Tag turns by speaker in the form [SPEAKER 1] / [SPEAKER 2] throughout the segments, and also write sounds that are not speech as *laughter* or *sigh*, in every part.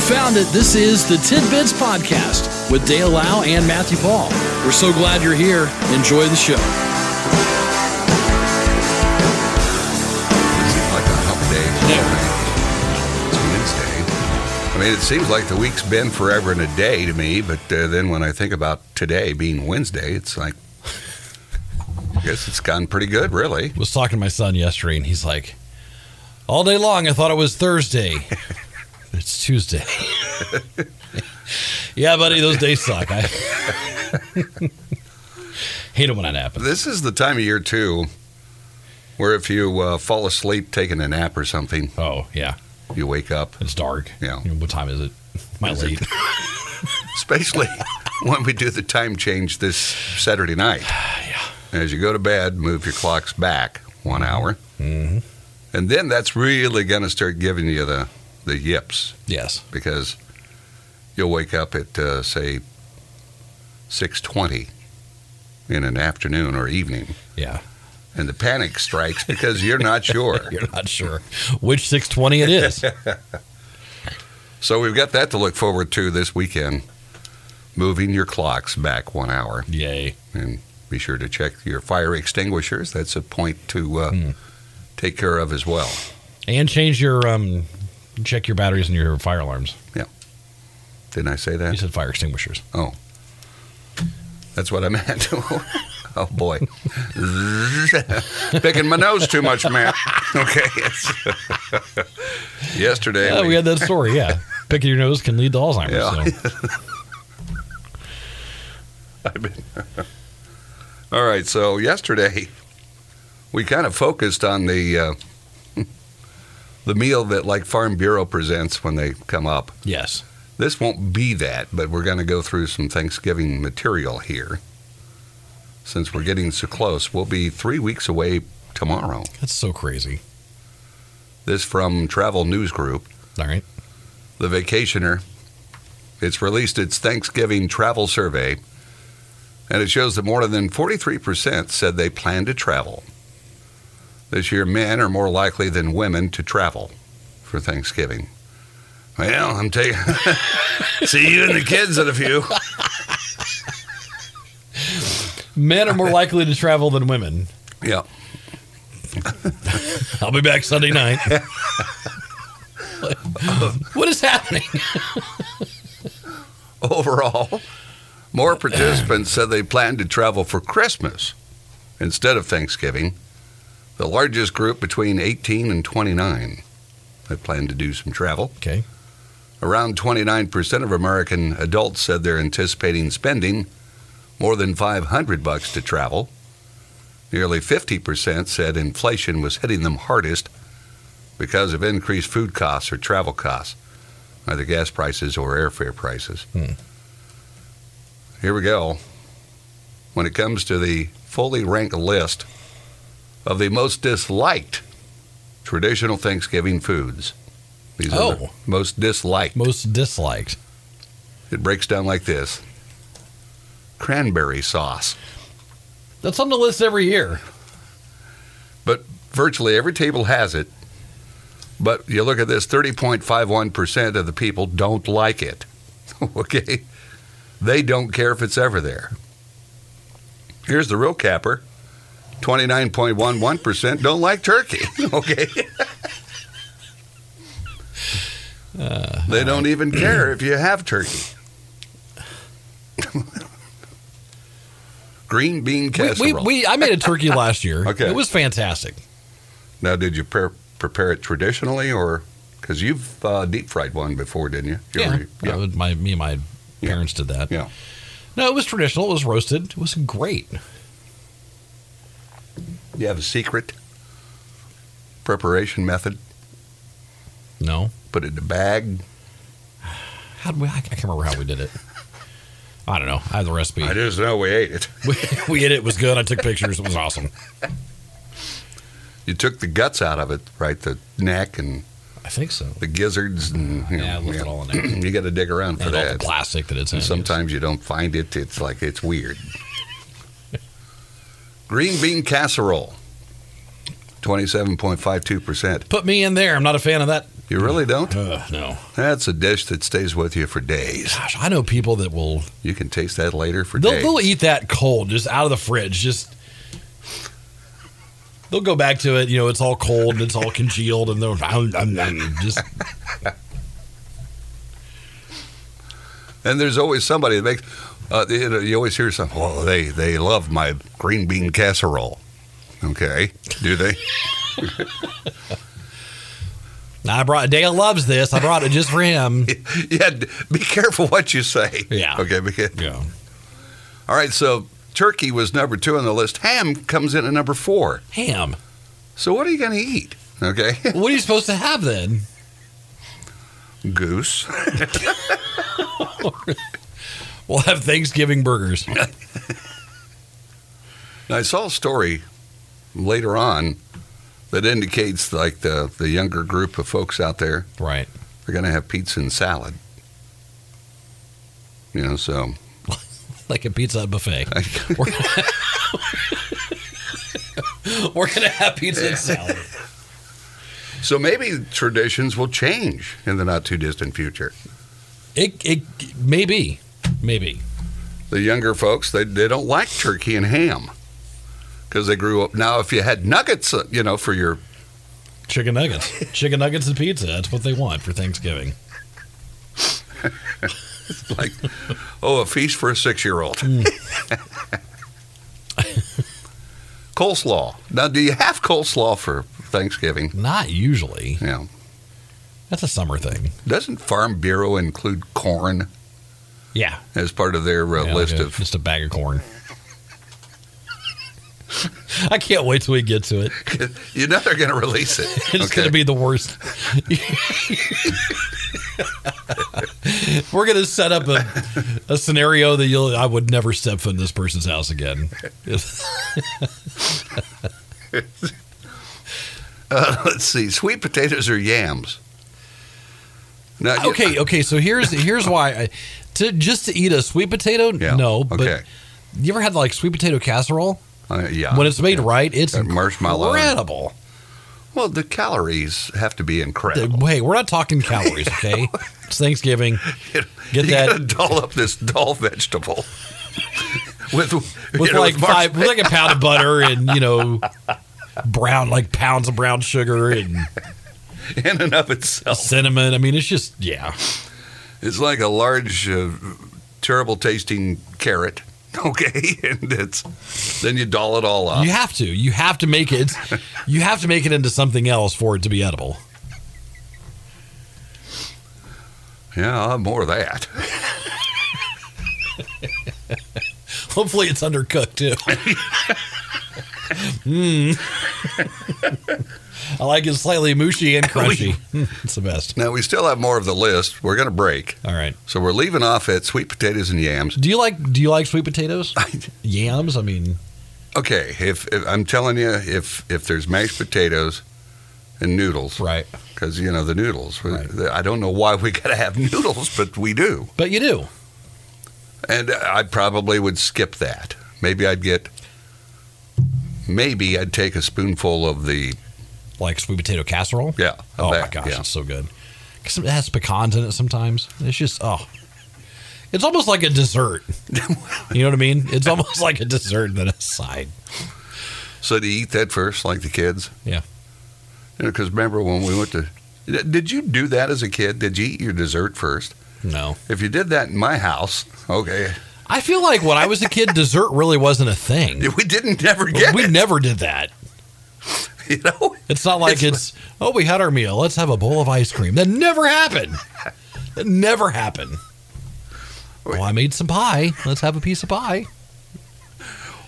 [SPEAKER 1] found it. This is the Tidbits Podcast with Dale Lau and Matthew Paul. We're so glad you're here. Enjoy the show.
[SPEAKER 2] It seems like a hump day. It's Wednesday. I mean, it seems like the week's been forever and a day to me, but uh, then when I think about today being Wednesday, it's like, I guess it's gone pretty good, really.
[SPEAKER 3] was talking to my son yesterday and he's like all day long i thought it was thursday
[SPEAKER 1] *laughs*
[SPEAKER 3] it's tuesday yeah buddy those days suck i *laughs* hate it when that happens
[SPEAKER 2] This is the time of year, too, where if you uh, fall asleep taking a nap or something,
[SPEAKER 3] oh yeah
[SPEAKER 2] you wake up,
[SPEAKER 3] it's dark
[SPEAKER 2] Yeah.
[SPEAKER 3] You know, what time is it my
[SPEAKER 2] Is
[SPEAKER 3] late
[SPEAKER 2] it- especially *laughs* when we do the time change this Saturday night. As you go to bed, move your clocks back one hour.
[SPEAKER 3] Mhm.
[SPEAKER 2] And then that's really going to start giving you the, the yips
[SPEAKER 3] yes
[SPEAKER 2] because you'll wake up at uh, say 6:20 in an afternoon or evening
[SPEAKER 1] *laughs*
[SPEAKER 3] yeah
[SPEAKER 2] and the panic strikes because you're not sure.
[SPEAKER 3] you're not sure which 620 it
[SPEAKER 1] *laughs*
[SPEAKER 3] is
[SPEAKER 2] So we've got that to look forward to this weekend. Moving your clocks back 1 hour
[SPEAKER 3] yay
[SPEAKER 2] and be sure to check your fire extinguishers. That's a point to uh, take care of as well.
[SPEAKER 3] and change your um check your batteries and your fire alarms
[SPEAKER 2] Didn't I say
[SPEAKER 3] you
[SPEAKER 2] that?
[SPEAKER 3] said fire extinguishers
[SPEAKER 2] Oh. That's what I meant. *laughs* oh boy. *laughs* Picking my nose too much, Matt. *laughs* Okay. it's- Yesterday
[SPEAKER 3] yeah
[SPEAKER 2] we-
[SPEAKER 3] we had that story *laughs* yeah picking your nose can lead to alzheimer's
[SPEAKER 2] Yeah.
[SPEAKER 3] so. *laughs*
[SPEAKER 2] All right, so yesterday we kind of focused on the uh, *laughs* the meal that like Farm Bureau presents when they come up.
[SPEAKER 3] yes
[SPEAKER 2] This won't be that, but we're going to go through some Thanksgiving material here. Since we're getting so close, we'll be three weeks away tomorrow.
[SPEAKER 3] that's so crazy
[SPEAKER 2] This from Travel News Group,
[SPEAKER 3] all right
[SPEAKER 2] The Vacationer. It's released its Thanksgiving travel survey, and it shows that more than 43% said they plan to travel. This year, men are more likely than women to travel for Thanksgiving. Well, I'm taking. *laughs* See you and the kids in a few.
[SPEAKER 3] Men are *laughs* more likely to travel than women.
[SPEAKER 2] Yeah.
[SPEAKER 3] I'll be back Sunday *laughs* night. what is happening?
[SPEAKER 2] *laughs* Overall, more participants said they planned to travel for Christmas instead of Thanksgiving. The largest group between 18 and 29 they planned to do some travel.
[SPEAKER 3] Okay.
[SPEAKER 2] Around 29% of American adults said they're anticipating spending more than 500 bucks to travel. Nearly 50% said inflation was hitting them hardest because of increased food costs or travel costs, either gas prices or airfare prices.
[SPEAKER 3] Hmm.
[SPEAKER 2] Here we go. When it comes to the fully ranked list of the most disliked traditional Thanksgiving foods, these are the
[SPEAKER 3] Oh.
[SPEAKER 2] most disliked.
[SPEAKER 3] Most disliked.
[SPEAKER 2] It breaks down like this cranberry sauce.
[SPEAKER 3] That's on the list every year.
[SPEAKER 2] Virtually every table has it, but you look at this 30.51% of the people don't like it. *laughs* okay? They don't care if it's ever there. Here's the real capper 29.11% don't like turkey. *laughs* okay?
[SPEAKER 3] Uh,
[SPEAKER 2] they
[SPEAKER 3] *clears throat*
[SPEAKER 2] don't even care if you
[SPEAKER 3] *laughs*
[SPEAKER 2] have turkey. Green bean
[SPEAKER 3] We,
[SPEAKER 2] casserole.
[SPEAKER 3] we, we- I made a turkey last *laughs* year.
[SPEAKER 2] Okay.
[SPEAKER 3] It was fantastic.
[SPEAKER 2] Now, did you pre- prepare it traditionally, or because you've uh, deep fried one before, didn't you? You
[SPEAKER 3] Yeah.
[SPEAKER 2] were- yeah.
[SPEAKER 3] I would- my, me and my
[SPEAKER 2] Yeah.
[SPEAKER 3] parents did that.
[SPEAKER 2] Yeah.
[SPEAKER 3] No, it was traditional. It was roasted. It was great.
[SPEAKER 2] Do you have a secret preparation method?
[SPEAKER 3] No.
[SPEAKER 2] Put it in a bag.
[SPEAKER 3] How did we, I can't remember how we did it. I don't know. I have the recipe.
[SPEAKER 2] I just know we ate it.
[SPEAKER 3] We, we ate it. It was good. I took pictures. It was awesome.
[SPEAKER 2] *laughs* You took the guts out of it, right? The neck and
[SPEAKER 3] I think so.
[SPEAKER 2] the gizzards, and you, know,
[SPEAKER 3] Yeah, I left
[SPEAKER 2] yeah.
[SPEAKER 3] it all in there.
[SPEAKER 2] *clears throat* you got to dig around for
[SPEAKER 3] And all the
[SPEAKER 2] that.
[SPEAKER 3] plastic that it's in.
[SPEAKER 2] And sometimes you don't find it. It's like it's weird. Green bean casserole, twenty-seven point five two percent.
[SPEAKER 3] Put me in there. I'm not a fan of that
[SPEAKER 2] You really don't?
[SPEAKER 3] Uh, no.
[SPEAKER 2] That's a dish that stays with you for days.
[SPEAKER 3] Gosh, I know people that will.
[SPEAKER 2] You can taste that later for
[SPEAKER 3] They'll,
[SPEAKER 2] days.
[SPEAKER 3] they'll eat that cold, just out of the fridge. Just they'll go back to it. You know, it's all cold and it's all congealed, and they're nom, nom, nom, just
[SPEAKER 2] And there's always somebody that makes. Uh, you, know, you always hear some. Well, they they love my green bean casserole. Okay, do they? *laughs*
[SPEAKER 3] I brought Dale loves this. I brought it just for him.
[SPEAKER 2] yeah. d- Be careful what you say.
[SPEAKER 3] Yeah.
[SPEAKER 2] Okay. Because,
[SPEAKER 3] Yeah.
[SPEAKER 2] all right. So turkey was number two on the list. Ham comes in at number four.
[SPEAKER 3] Ham.
[SPEAKER 2] So what are you going to eat? Okay. *laughs*
[SPEAKER 3] What are you supposed to have then?
[SPEAKER 2] Goose.
[SPEAKER 3] We'll have Thanksgiving burgers.
[SPEAKER 2] Now, I saw a story later on that indicates like the the younger group of folks out there
[SPEAKER 3] *laughs* Right.
[SPEAKER 2] are going to have pizza and salad. You know. So
[SPEAKER 3] Like a pizza Hut
[SPEAKER 2] *laughs*
[SPEAKER 3] buffet. We're We're gonna *laughs* have pizza and salad.
[SPEAKER 2] So maybe traditions will change in the not too distant future.
[SPEAKER 3] It it maybe maybe
[SPEAKER 2] The younger folks, they, they don't like turkey and ham because they grew up. Now, if you had nuggets, uh, you know, for your,
[SPEAKER 3] chicken nuggets, chicken nuggets and pizza. That's what they want for Thanksgiving.
[SPEAKER 2] like, oh, a feast for a six year old. *laughs* coleslaw. Now, do you have coleslaw for Thanksgiving?
[SPEAKER 3] Not usually.
[SPEAKER 2] Yeah.
[SPEAKER 3] That's a summer thing.
[SPEAKER 2] Doesn't Farm Bureau include corn
[SPEAKER 3] Yeah.
[SPEAKER 2] as part of their uh,
[SPEAKER 3] Yeah,
[SPEAKER 2] list
[SPEAKER 3] like a-
[SPEAKER 2] of?
[SPEAKER 3] just a bag of corn. *laughs* I can't wait till we get to it.
[SPEAKER 2] you know they're going to release it.
[SPEAKER 3] *laughs* It's going to be the worst. We're going to set up a, a scenario that you'll. I would never step foot in this person's house
[SPEAKER 2] *laughs*
[SPEAKER 3] again.
[SPEAKER 2] Uh, let's see. Sweet potatoes or yams? Now, you-
[SPEAKER 3] okay, okay. So here's here's why. I, to just to eat a sweet potato,
[SPEAKER 2] Yeah,
[SPEAKER 3] no. But
[SPEAKER 2] okay.
[SPEAKER 3] you ever had like sweet potato casserole?
[SPEAKER 2] Uh, yeah.
[SPEAKER 3] when it's made right, it's
[SPEAKER 2] That marshmallow.
[SPEAKER 3] incredible.
[SPEAKER 2] Well, the calories have to be incredible.
[SPEAKER 3] Hey, we're not talking
[SPEAKER 2] *laughs*
[SPEAKER 3] calories, okay? it's Thanksgiving. Get
[SPEAKER 2] you
[SPEAKER 3] that-
[SPEAKER 2] gotta doll up this dull vegetable *laughs* with you
[SPEAKER 3] with
[SPEAKER 2] know,
[SPEAKER 3] like
[SPEAKER 2] *laughs* marsh-
[SPEAKER 3] five, with like a pound of butter and you know, brown like pounds of brown sugar and
[SPEAKER 2] in and of itself.
[SPEAKER 3] cinnamon. I mean, it's just yeah,
[SPEAKER 2] It's like a large, uh, terrible tasting carrot. *laughs* Okay, and it's then you doll it all up.
[SPEAKER 3] you have to, you have to make it, you have to make it into something else for it to be edible.
[SPEAKER 2] Yeah, I'll have more of that. *laughs*
[SPEAKER 3] Hopefully, it's undercooked too. Mm. Hmm. I like it slightly mushy and crushy. it's the best.
[SPEAKER 2] Now we still have more of the list. We're gonna break,
[SPEAKER 3] All right.
[SPEAKER 2] so we're leaving off at sweet potatoes and yams. *laughs*
[SPEAKER 3] Do you like do you like sweet potatoes? Yams? I mean,
[SPEAKER 2] Okay, if, if I'm telling you, if if there's mashed potatoes and noodles,
[SPEAKER 3] right.
[SPEAKER 2] Because you know the noodles. We-
[SPEAKER 3] Right.
[SPEAKER 2] I don't know why we *laughs* gotta have noodles, but we do.
[SPEAKER 3] But you do.
[SPEAKER 2] And I probably would skip that. Maybe I'd get. Maybe I'd take a spoonful of the
[SPEAKER 3] like sweet potato casserole.
[SPEAKER 2] yeah. a
[SPEAKER 3] Oh my
[SPEAKER 2] bag,
[SPEAKER 3] gosh,
[SPEAKER 2] yeah.
[SPEAKER 3] it's so good. Because it has pecans in it sometimes. It's just oh, it's almost like a *laughs* dessert. you know what I mean? It's almost like a dessert than a side.
[SPEAKER 2] So do you eat that first, like the kids?
[SPEAKER 3] Yeah.
[SPEAKER 2] You know, because remember when we went to. Did you do that as a kid? Did you eat your dessert first?
[SPEAKER 3] No,
[SPEAKER 2] If you did that in my house, okay, *laughs*
[SPEAKER 3] I feel like when I was a kid, dessert really wasn't a thing.
[SPEAKER 2] we didn't never get
[SPEAKER 3] we
[SPEAKER 2] it. *laughs*
[SPEAKER 3] never did that.
[SPEAKER 2] You know,
[SPEAKER 3] It's not like it's, oh, we had our meal. Let's have a bowl of ice cream. That never happened. That never happened. Well, I made some pie. Let's have a piece of pie.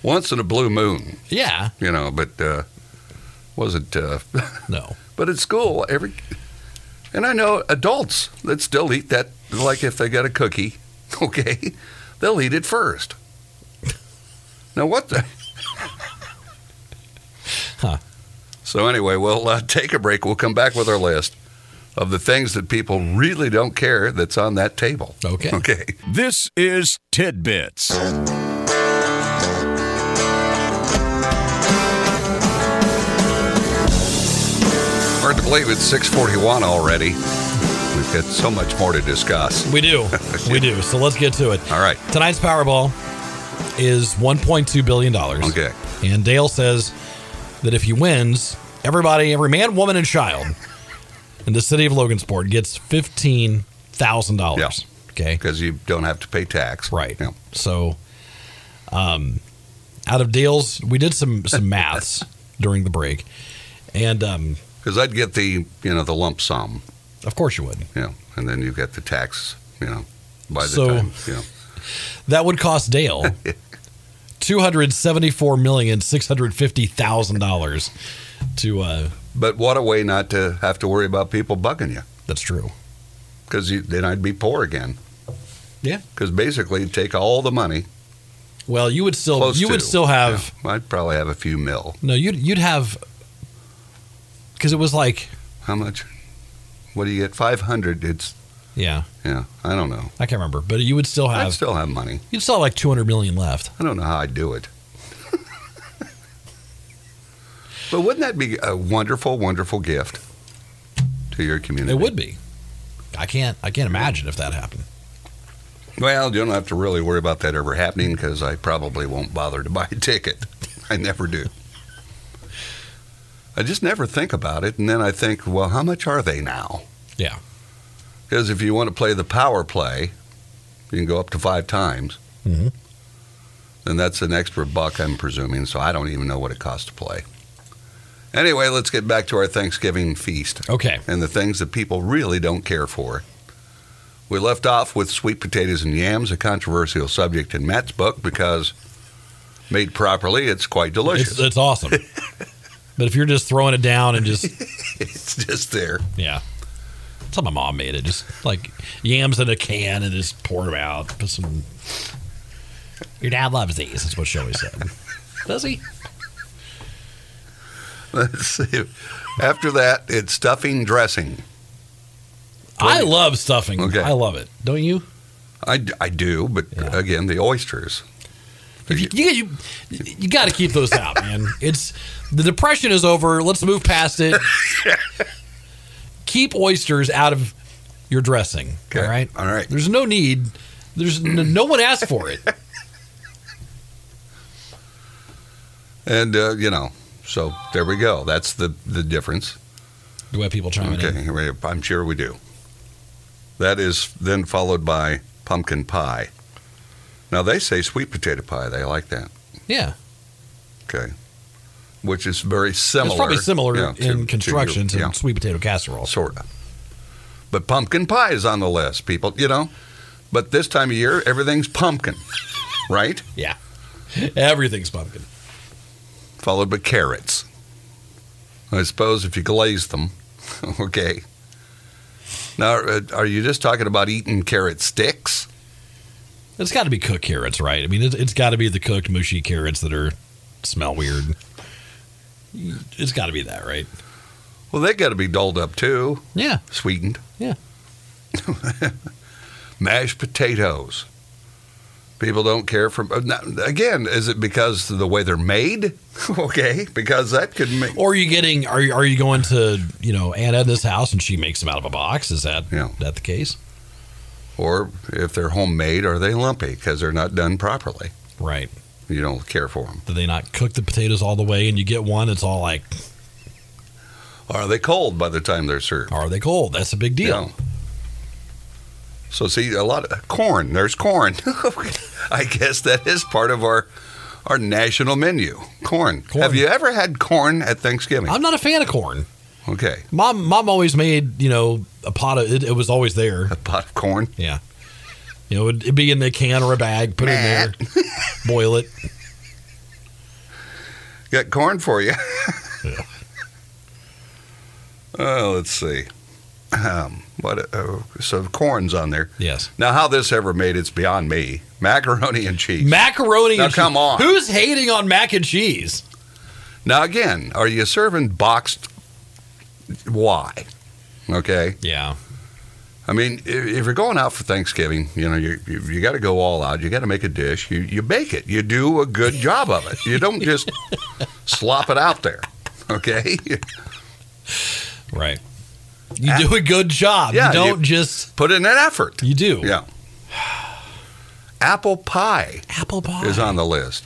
[SPEAKER 2] once in a blue moon,
[SPEAKER 3] Yeah.
[SPEAKER 2] you know. But uh, wasn't. Uh,
[SPEAKER 3] No.
[SPEAKER 2] But at school, every and I know adults that still eat that like if they got a cookie, *laughs* okay, they'll eat it first. Now what the?
[SPEAKER 3] Huh.
[SPEAKER 2] So anyway, we'll uh, take a break. We'll come back with our list of the things that people really don't care that's on that table.
[SPEAKER 3] Okay.
[SPEAKER 2] Okay.
[SPEAKER 4] This is Tidbits.
[SPEAKER 2] Hard to believe it's 641 already. We've got so much more to discuss.
[SPEAKER 3] We
[SPEAKER 2] *laughs*
[SPEAKER 3] do. we do. So let's get to it.
[SPEAKER 2] All right.
[SPEAKER 3] Tonight's Powerball is $1.2 billion.
[SPEAKER 2] Okay.
[SPEAKER 3] And Dale says that if he wins, everybody, every man, woman, and child in the city of Logansport gets $15,000.
[SPEAKER 2] Yeah.
[SPEAKER 3] Okay.
[SPEAKER 2] Because you don't have to pay tax.
[SPEAKER 3] Right.
[SPEAKER 2] Yeah.
[SPEAKER 3] So, um, out of Dale's, we did some, some
[SPEAKER 2] *laughs*
[SPEAKER 3] maths during the break. And um,
[SPEAKER 2] Because I'd get the, you know, the lump sum,
[SPEAKER 3] of course you would.
[SPEAKER 2] you know, and then you've got the tax, you know, by the
[SPEAKER 3] So-
[SPEAKER 2] time, you know.
[SPEAKER 3] That would cost Dale
[SPEAKER 2] *laughs*
[SPEAKER 3] two hundred seventy-four million six hundred fifty thousand dollars to. Uh,
[SPEAKER 2] But what a way not to have to worry about people bugging you.
[SPEAKER 3] that's true.
[SPEAKER 2] Because then I'd be poor again.
[SPEAKER 3] Yeah.
[SPEAKER 2] Because basically, you'd take all the money.
[SPEAKER 3] Well, you would still
[SPEAKER 2] Close
[SPEAKER 3] you
[SPEAKER 2] to,
[SPEAKER 3] would still have
[SPEAKER 2] yeah. I'd probably have a few mil.
[SPEAKER 3] no you'd you'd have because it was like
[SPEAKER 2] How much? What do you get? 500. It's,
[SPEAKER 3] yeah
[SPEAKER 2] yeah, I don't know.
[SPEAKER 3] I can't remember but you would still
[SPEAKER 2] I'd
[SPEAKER 3] have
[SPEAKER 2] still have money.
[SPEAKER 3] you'd still have like two hundred million left.
[SPEAKER 2] I don't know how I'd do it. *laughs* but wouldn't that be a wonderful, wonderful gift to your community?
[SPEAKER 3] It would be. I can't I can't imagine if that happened.
[SPEAKER 2] Well, you don't have to really worry about that ever happening because I probably won't bother to *laughs* buy a ticket. I never do. I just never think about it. And then I think, well, how much are they now?
[SPEAKER 3] Yeah.
[SPEAKER 2] Because if you want to play the power play, you can go up to five times.
[SPEAKER 3] Mhm.
[SPEAKER 2] Then that's an extra buck, I'm presuming. So I don't even know what it costs to play. Anyway, let's get back to our Thanksgiving feast
[SPEAKER 3] Okay.
[SPEAKER 2] and the things that people really don't care for. We left off with sweet potatoes and yams, a controversial subject in Matt's book because, made properly, it's quite
[SPEAKER 3] It's,
[SPEAKER 2] delicious.
[SPEAKER 3] it's
[SPEAKER 2] *laughs*
[SPEAKER 3] awesome. but if you're just throwing it down and just
[SPEAKER 2] *laughs* It's, just there.
[SPEAKER 3] Yeah. That's how my mom made it. Just like yams in a can and just pour them out. Put some. Your dad loves these. That's what she always said. Does he?
[SPEAKER 2] Let's see. After that, it's stuffing dressing.
[SPEAKER 3] I love stuffing.
[SPEAKER 2] Okay.
[SPEAKER 3] I love it. Don't you?
[SPEAKER 2] I, I do, but
[SPEAKER 3] Yeah.
[SPEAKER 2] again, the oysters.
[SPEAKER 3] If you, you, you, you got to keep those out, man. It's the depression is over. Let's move past
[SPEAKER 2] *laughs*
[SPEAKER 3] it. keep oysters out of your dressing.
[SPEAKER 2] Okay.
[SPEAKER 3] All right.
[SPEAKER 2] All right.
[SPEAKER 3] There's no need. There's n- no one asked for it.
[SPEAKER 2] And, uh, you know, so there we go. That's the, the difference.
[SPEAKER 3] Do we have people chiming in?
[SPEAKER 2] Okay, we- I'm sure we do. That is then followed by pumpkin pie. Now they say sweet potato pie. They like that.
[SPEAKER 3] Yeah.
[SPEAKER 2] Okay, which is very similar.
[SPEAKER 3] It's probably similar
[SPEAKER 2] yeah, to-
[SPEAKER 3] in construction to,
[SPEAKER 2] to your- yeah,
[SPEAKER 3] sweet potato casserole.
[SPEAKER 2] sorta. But pumpkin pie is on the list, people. You know, but this time of year everything's
[SPEAKER 3] *laughs*
[SPEAKER 2] pumpkin, right?
[SPEAKER 3] Yeah. Everything's pumpkin.
[SPEAKER 2] Followed by carrots. I suppose if you glaze them, *laughs* okay. Now, uh, are you just talking about eating carrot sticks?
[SPEAKER 3] It's got to be cooked carrots, right? I mean, it's, it's got to be the cooked mushy carrots that are smell weird. It's got to be that, right?
[SPEAKER 2] Well, they got to be dolled up too,
[SPEAKER 3] Yeah.
[SPEAKER 2] sweetened.
[SPEAKER 3] Yeah.
[SPEAKER 2] *laughs* Mashed potatoes. People don't care for. uh, now, Again, is it because of the way they're made? *laughs* okay, because that could make.
[SPEAKER 3] Or are you getting? Are you, are you going to you know Aunt Edna's house and she makes them out of a box? Is that
[SPEAKER 2] Yeah.
[SPEAKER 3] that the case?
[SPEAKER 2] Or if they're homemade, are they lumpy because they're not done properly?
[SPEAKER 3] Right.
[SPEAKER 2] You don't care for them.
[SPEAKER 3] Do they not cook the potatoes all the way and you get one that's all like,
[SPEAKER 2] Are they cold by the time they're served?
[SPEAKER 3] are they cold? That's a big deal.
[SPEAKER 2] Yeah. So see a lot of corn. There's corn. *laughs* I guess that is part of our our national menu. Corn.
[SPEAKER 3] Corn.
[SPEAKER 2] Have you ever had corn at Thanksgiving?
[SPEAKER 3] I'm not a fan of corn.
[SPEAKER 2] okay.
[SPEAKER 3] Mom, mom always made you know a pot of it, it was always there.
[SPEAKER 2] A pot of corn.
[SPEAKER 3] Yeah. You know, it'd, it'd be in a can or a bag, put it in there, *laughs* boil it.
[SPEAKER 2] Got corn for you. *laughs* Oh, let's see. Um, what? Uh, so corn's on there. *laughs*
[SPEAKER 3] Yes.
[SPEAKER 2] Now, how this ever made it's beyond me. Macaroni and cheese.
[SPEAKER 3] Macaroni
[SPEAKER 2] Now,
[SPEAKER 3] and
[SPEAKER 2] come
[SPEAKER 3] cheese.
[SPEAKER 2] on.
[SPEAKER 3] Who's hating on mac and cheese?
[SPEAKER 2] now, again, are you serving boxed? Why? Okay.
[SPEAKER 3] Yeah.
[SPEAKER 2] I mean, if, if you're going out for Thanksgiving, you know, you you, you got to go all out. You got to make a dish. You you bake it. You do a good job of
[SPEAKER 3] *laughs*
[SPEAKER 2] it. You don't just slop it out there. Okay.
[SPEAKER 3] Right. You do a good job.
[SPEAKER 2] Yeah,
[SPEAKER 3] you
[SPEAKER 2] you-
[SPEAKER 3] don't just
[SPEAKER 2] *laughs* Put in an effort.
[SPEAKER 3] you do.
[SPEAKER 2] Yeah. *sighs* Apple pie
[SPEAKER 3] Apple pie.
[SPEAKER 2] is on the list.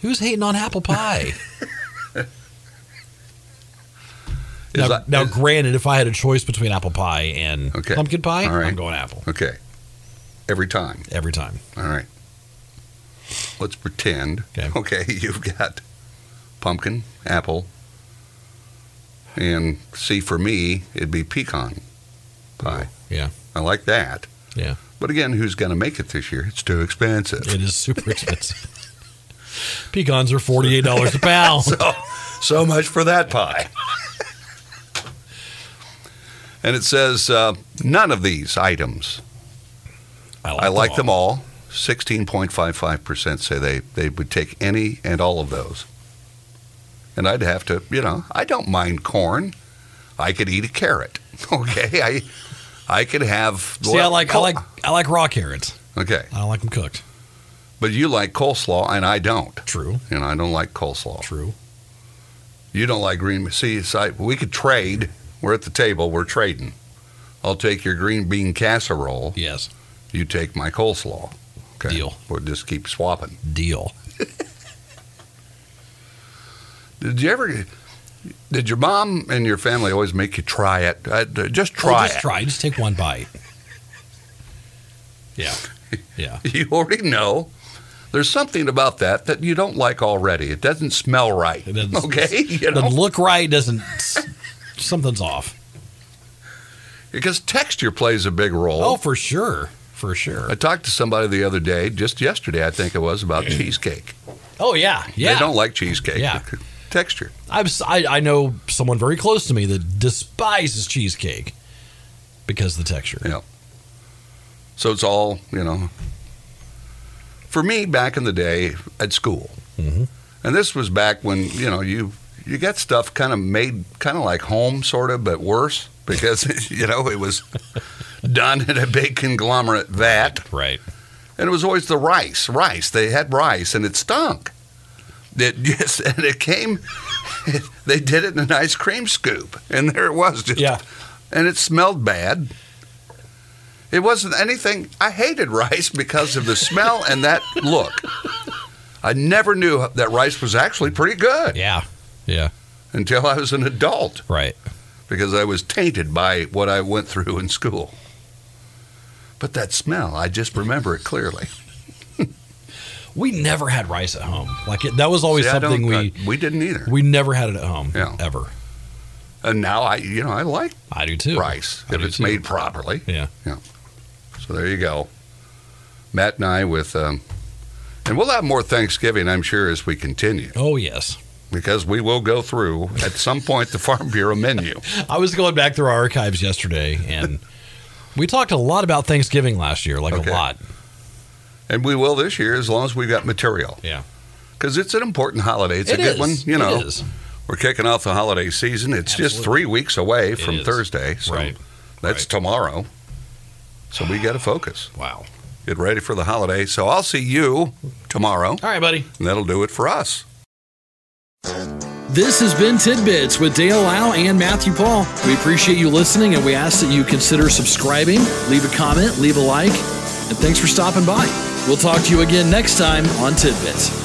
[SPEAKER 3] Who's hating on apple pie?
[SPEAKER 2] *laughs* Is
[SPEAKER 3] now,
[SPEAKER 2] that-
[SPEAKER 3] now
[SPEAKER 2] is-
[SPEAKER 3] granted, if I had a choice between apple pie and
[SPEAKER 2] Okay.
[SPEAKER 3] pumpkin pie,
[SPEAKER 2] All right.
[SPEAKER 3] I'm going apple
[SPEAKER 2] Okay. Every time.
[SPEAKER 3] every time.
[SPEAKER 2] All right. Let's pretend.
[SPEAKER 3] Okay.
[SPEAKER 2] *laughs* you've got pumpkin, apple, and see for me it'd be pecan pie.
[SPEAKER 3] Yeah.
[SPEAKER 2] I like that.
[SPEAKER 3] Yeah.
[SPEAKER 2] But again, who's going to make it this year? It's too expensive.
[SPEAKER 3] It is super *laughs* expensive. Pecans are forty eight
[SPEAKER 2] *laughs*
[SPEAKER 3] dollars a pound.
[SPEAKER 2] *laughs* So much for that pie. *laughs* and it says uh, none of these items. I like them all. 16.55% say they, they would take any and all of those. And I'd have to, you know, I don't mind corn. I could eat a carrot. *laughs* Okay. I I could have.
[SPEAKER 3] See, I like I like I like raw carrots.
[SPEAKER 2] Okay.
[SPEAKER 3] I don't like them cooked.
[SPEAKER 2] But you like coleslaw, and I don't.
[SPEAKER 3] True.
[SPEAKER 2] You know, I don't like coleslaw.
[SPEAKER 3] True.
[SPEAKER 2] You don't like green. See, it's like, we could trade. We're at the table. We're trading. I'll take your green bean casserole.
[SPEAKER 3] Yes.
[SPEAKER 2] You take my coleslaw. Okay.
[SPEAKER 3] Deal.
[SPEAKER 2] We'll just keep swapping.
[SPEAKER 3] Deal.
[SPEAKER 2] Did you ever? Did your mom and your family always make you try it? Uh, d- just
[SPEAKER 3] Well,
[SPEAKER 2] try
[SPEAKER 3] Oh, just
[SPEAKER 2] it.
[SPEAKER 3] try. Just take one
[SPEAKER 2] *laughs*
[SPEAKER 3] bite. Yeah. Yeah.
[SPEAKER 2] *laughs* You already know. There's something about that that you don't like already. It doesn't smell right.
[SPEAKER 3] It doesn't-
[SPEAKER 2] *laughs* okay, you know,
[SPEAKER 3] Doesn't look right. Doesn't. Something's off.
[SPEAKER 2] because texture plays a big role.
[SPEAKER 3] Oh, for sure. For sure.
[SPEAKER 2] I talked to somebody the other day, just yesterday, I think it
[SPEAKER 3] *clears throat*
[SPEAKER 2] was, about cheesecake.
[SPEAKER 3] Oh yeah. Yeah.
[SPEAKER 2] They don't like cheesecake.
[SPEAKER 3] Yeah.
[SPEAKER 2] *laughs* Texture.
[SPEAKER 3] I've, si I know someone very close to me that despises cheesecake because of the texture.
[SPEAKER 2] Yeah. So it's all, you know. For me, back in the day at school, and this was back when, you know, you you got stuff kind of made kind of like home, sort of, but worse because, *laughs* you know, it was done in a big conglomerate vat.
[SPEAKER 3] Right.
[SPEAKER 2] And it was always the rice, rice. They had rice and it stunk. It *laughs* just, and it came, *laughs* they did it in an ice cream scoop. And there it was. Just,
[SPEAKER 3] Yeah.
[SPEAKER 2] And it smelled bad. It wasn't anything. I hated rice because of the smell and that look. I never knew that rice was actually pretty good
[SPEAKER 3] Yeah. Yeah.
[SPEAKER 2] until I was an adult
[SPEAKER 3] Right.
[SPEAKER 2] because I was tainted by what I went through in school. But that smell, I just remember it clearly.
[SPEAKER 3] We never had rice at home. Like it, that was always
[SPEAKER 2] See, I
[SPEAKER 3] something we
[SPEAKER 2] don't- I- we didn't either.
[SPEAKER 3] we never had it at home
[SPEAKER 2] Yeah.
[SPEAKER 3] ever.
[SPEAKER 2] And now I, you know, I like
[SPEAKER 3] I do too.
[SPEAKER 2] rice
[SPEAKER 3] I
[SPEAKER 2] if
[SPEAKER 3] do
[SPEAKER 2] it's
[SPEAKER 3] too.
[SPEAKER 2] made properly.
[SPEAKER 3] Yeah.
[SPEAKER 2] So there you go. Matt and I with, um, and we'll have more Thanksgiving, I'm sure, as we continue
[SPEAKER 3] Oh yes.
[SPEAKER 2] because we will go through at some point the Farm Bureau menu.
[SPEAKER 3] I was going back through our archives yesterday, and we talked a lot about Thanksgiving last year, like
[SPEAKER 2] Okay.
[SPEAKER 3] a lot.
[SPEAKER 2] And we will this year as long as we've got material
[SPEAKER 3] Yeah,
[SPEAKER 2] because it's an important holiday. It's a
[SPEAKER 3] It
[SPEAKER 2] good
[SPEAKER 3] is.
[SPEAKER 2] one. You know,
[SPEAKER 3] It is.
[SPEAKER 2] we're kicking off the holiday season. It's just
[SPEAKER 3] Absolutely.
[SPEAKER 2] three weeks away from
[SPEAKER 3] is.
[SPEAKER 2] Thursday. So
[SPEAKER 3] Right.
[SPEAKER 2] That's
[SPEAKER 3] Right.
[SPEAKER 2] tomorrow. So we got to focus.
[SPEAKER 3] Wow.
[SPEAKER 2] Get ready for the holiday. So I'll see you tomorrow.
[SPEAKER 3] All right, buddy.
[SPEAKER 2] And that'll do it for us.
[SPEAKER 1] This has been Tidbits with Dale Lau and Matthew Paul. We appreciate you listening and we ask that you consider subscribing, leave a comment, leave a like, and thanks for stopping by. We'll talk to you again next time on Tidbits.